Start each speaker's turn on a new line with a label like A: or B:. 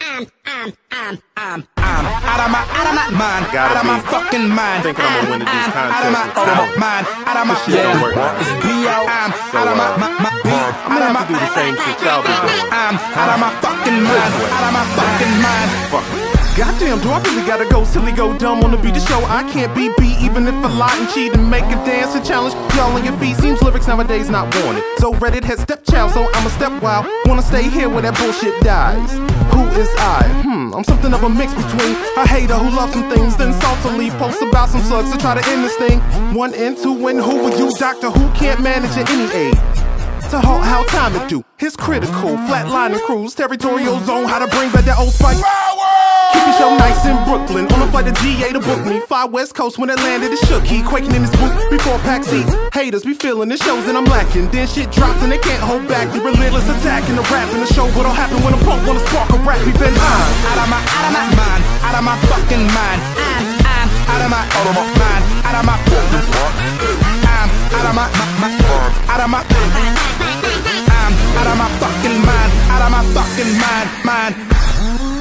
A: I'm, I'm, I'm, I'm, I'm out of my, out of my mind,
B: Gotta
A: out of my
B: be
A: fucking mind.
B: thinking I'm gonna win at these
A: I'm out of my,
B: contests.
A: out of my
B: Nah.
A: mind, out of my
B: This shit don't work.
A: It's B.O. I'm
B: So,
A: out of my,
B: uh,
A: my, my, B-
B: I'm
A: out
B: gonna
A: of
B: have
A: my,
B: to do the same shit y'all be doing.
A: I'm out of my fucking mind, out of my fucking mind.
B: Fuck. Goddamn, do I really gotta go silly, go dumb on the beat to show I can't be beat, even if I lie and cheat and make a dance and challenge y'all on your feet? Seems lyrics nowadays not wanted. So Reddit has stepchild, so I'm a stepwild. Wanna stay here where that bullshit dies. Who is I? Hmm, I'm something of a mix between a hater who loves some things, then saltily posts about some slugs to try to end this thing. One and two, and who are you, doctor? Who can't manage at any age? To halt how time it do. His critical, flatlining crews, territorial zone, how to bring back that old spike. Keep your show nice in Brooklyn. On a flight to GA to book me. Fly West Coast when it landed, it shook. He quaking in his boots before pack seats. Haters be feeling the shows and I'm lacking. Then shit drops and they can't hold back. The relentless attack and the rap and the show. What'll happen when a punk wanna spark a rap? We've been on.
A: out of my out of my mind, out of my fucking mind. I'm I'm out of my out of my mind, out of my fucking I'm out of my, my, my out of my I'm out of my fucking mind, out of my fucking mind, mind.